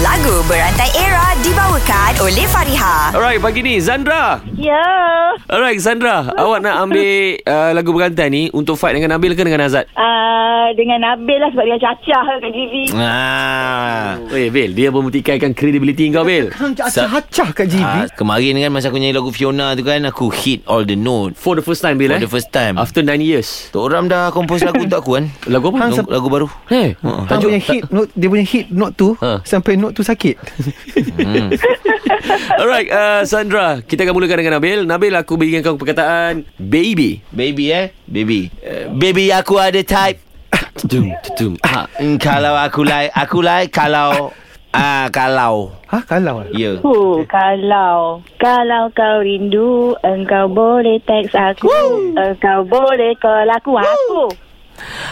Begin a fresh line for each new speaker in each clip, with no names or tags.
Lagu Berantai Era dibawakan oleh Fariha.
Alright, pagi ni Zandra.
Ya.
Alright, Zandra. awak nak ambil uh, lagu berantai ni untuk fight dengan Nabil ke dengan Azad?
Uh, dengan Nabil lah sebab dia cacah lah kat TV.
Ah.
Weh, Oh, eh, Bil. Dia mempertikaikan kredibiliti kau, Bil.
Hang acah-acah kat GB.
ah. Kemarin kan masa aku nyanyi lagu Fiona tu kan Aku hit all the note
For the first time, Bil,
For
eh?
the first time
After 9 years.
Tok Ram dah kompos lagu untuk aku kan
Lagu apa?
Lagu, lagu baru
Hey,
Ha.
Hang
tajuk
punya hit note, dia punya hit note tu
Ha.
sampai note tu sakit.
Alright, uh, Sandra, kita akan mulakan dengan Nabil. Nabil, aku berikan kau perkataan baby.
Baby eh Baby Baby aku ada type
Tutum, tutum. Ah.
Mm, Kalau aku like Aku like kalau Ah Kalau
ha kalau lah.
Ya yeah.
Huh, kalau kalau kau rindu, engkau boleh teks aku, engkau boleh call aku, aku.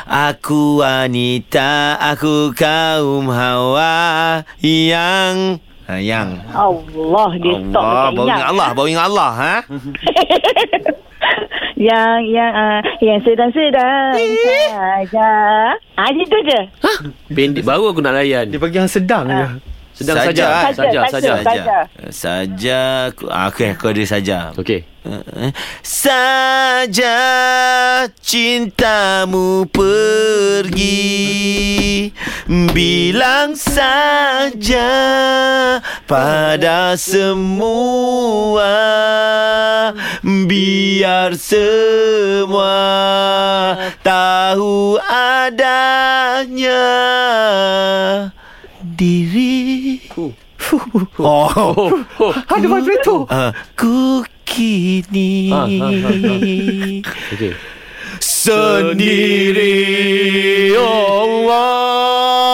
Aku wanita Aku kaum hawa Yang ha, Yang
Allah dia stop
Allah Baru ingat Allah Baru ingat Allah ha?
yang yang uh, yang sedang-sedang saja. Ah, itu je.
Bandit baru aku nak layan.
Dia bagi hang sedang je.
Sedang saja. Saja, saja.
Saja,
saja.
Saja Saja aku, ah, aku, aku ada saja
Okey.
Saja cintamu pergi Bilang saja pada semua Biar semua tahu adanya diri Oh,
Oh,
Ha dia vibrator.
Aku kini
Ah, ah, ah,
ha,
okey.
Sendiri Oh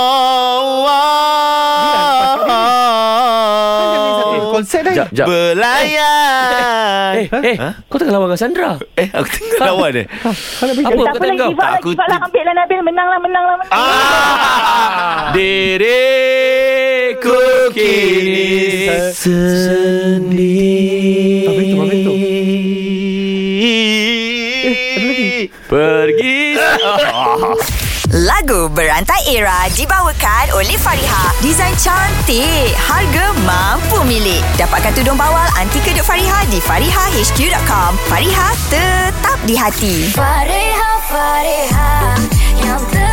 Ah.
Allah
Konsep dah.
Jap, jap. Eh,
Berlayar
eh,
Ha?
kau tengah lawan dengan Sandra.
Eh, aku tengah lawan eh
Apa
tak
perkataan
apalah,
kau?
give up lah,
Aku- Ah.
give up lah. Ambil lah Nabil, menang lah, menang lah, menang.
Ah. Diriku kini
Sendiri
Apa itu, apa itu? Eh, ada lagi.
pergi.
Lagu Berantai Era dibawakan oleh Fariha. Desain cantik, harga mampu milik. Dapatkan tudung bawal anti kedut Fariha di farihahq.com. Fariha tetap di hati.
Fariha, Fariha, yang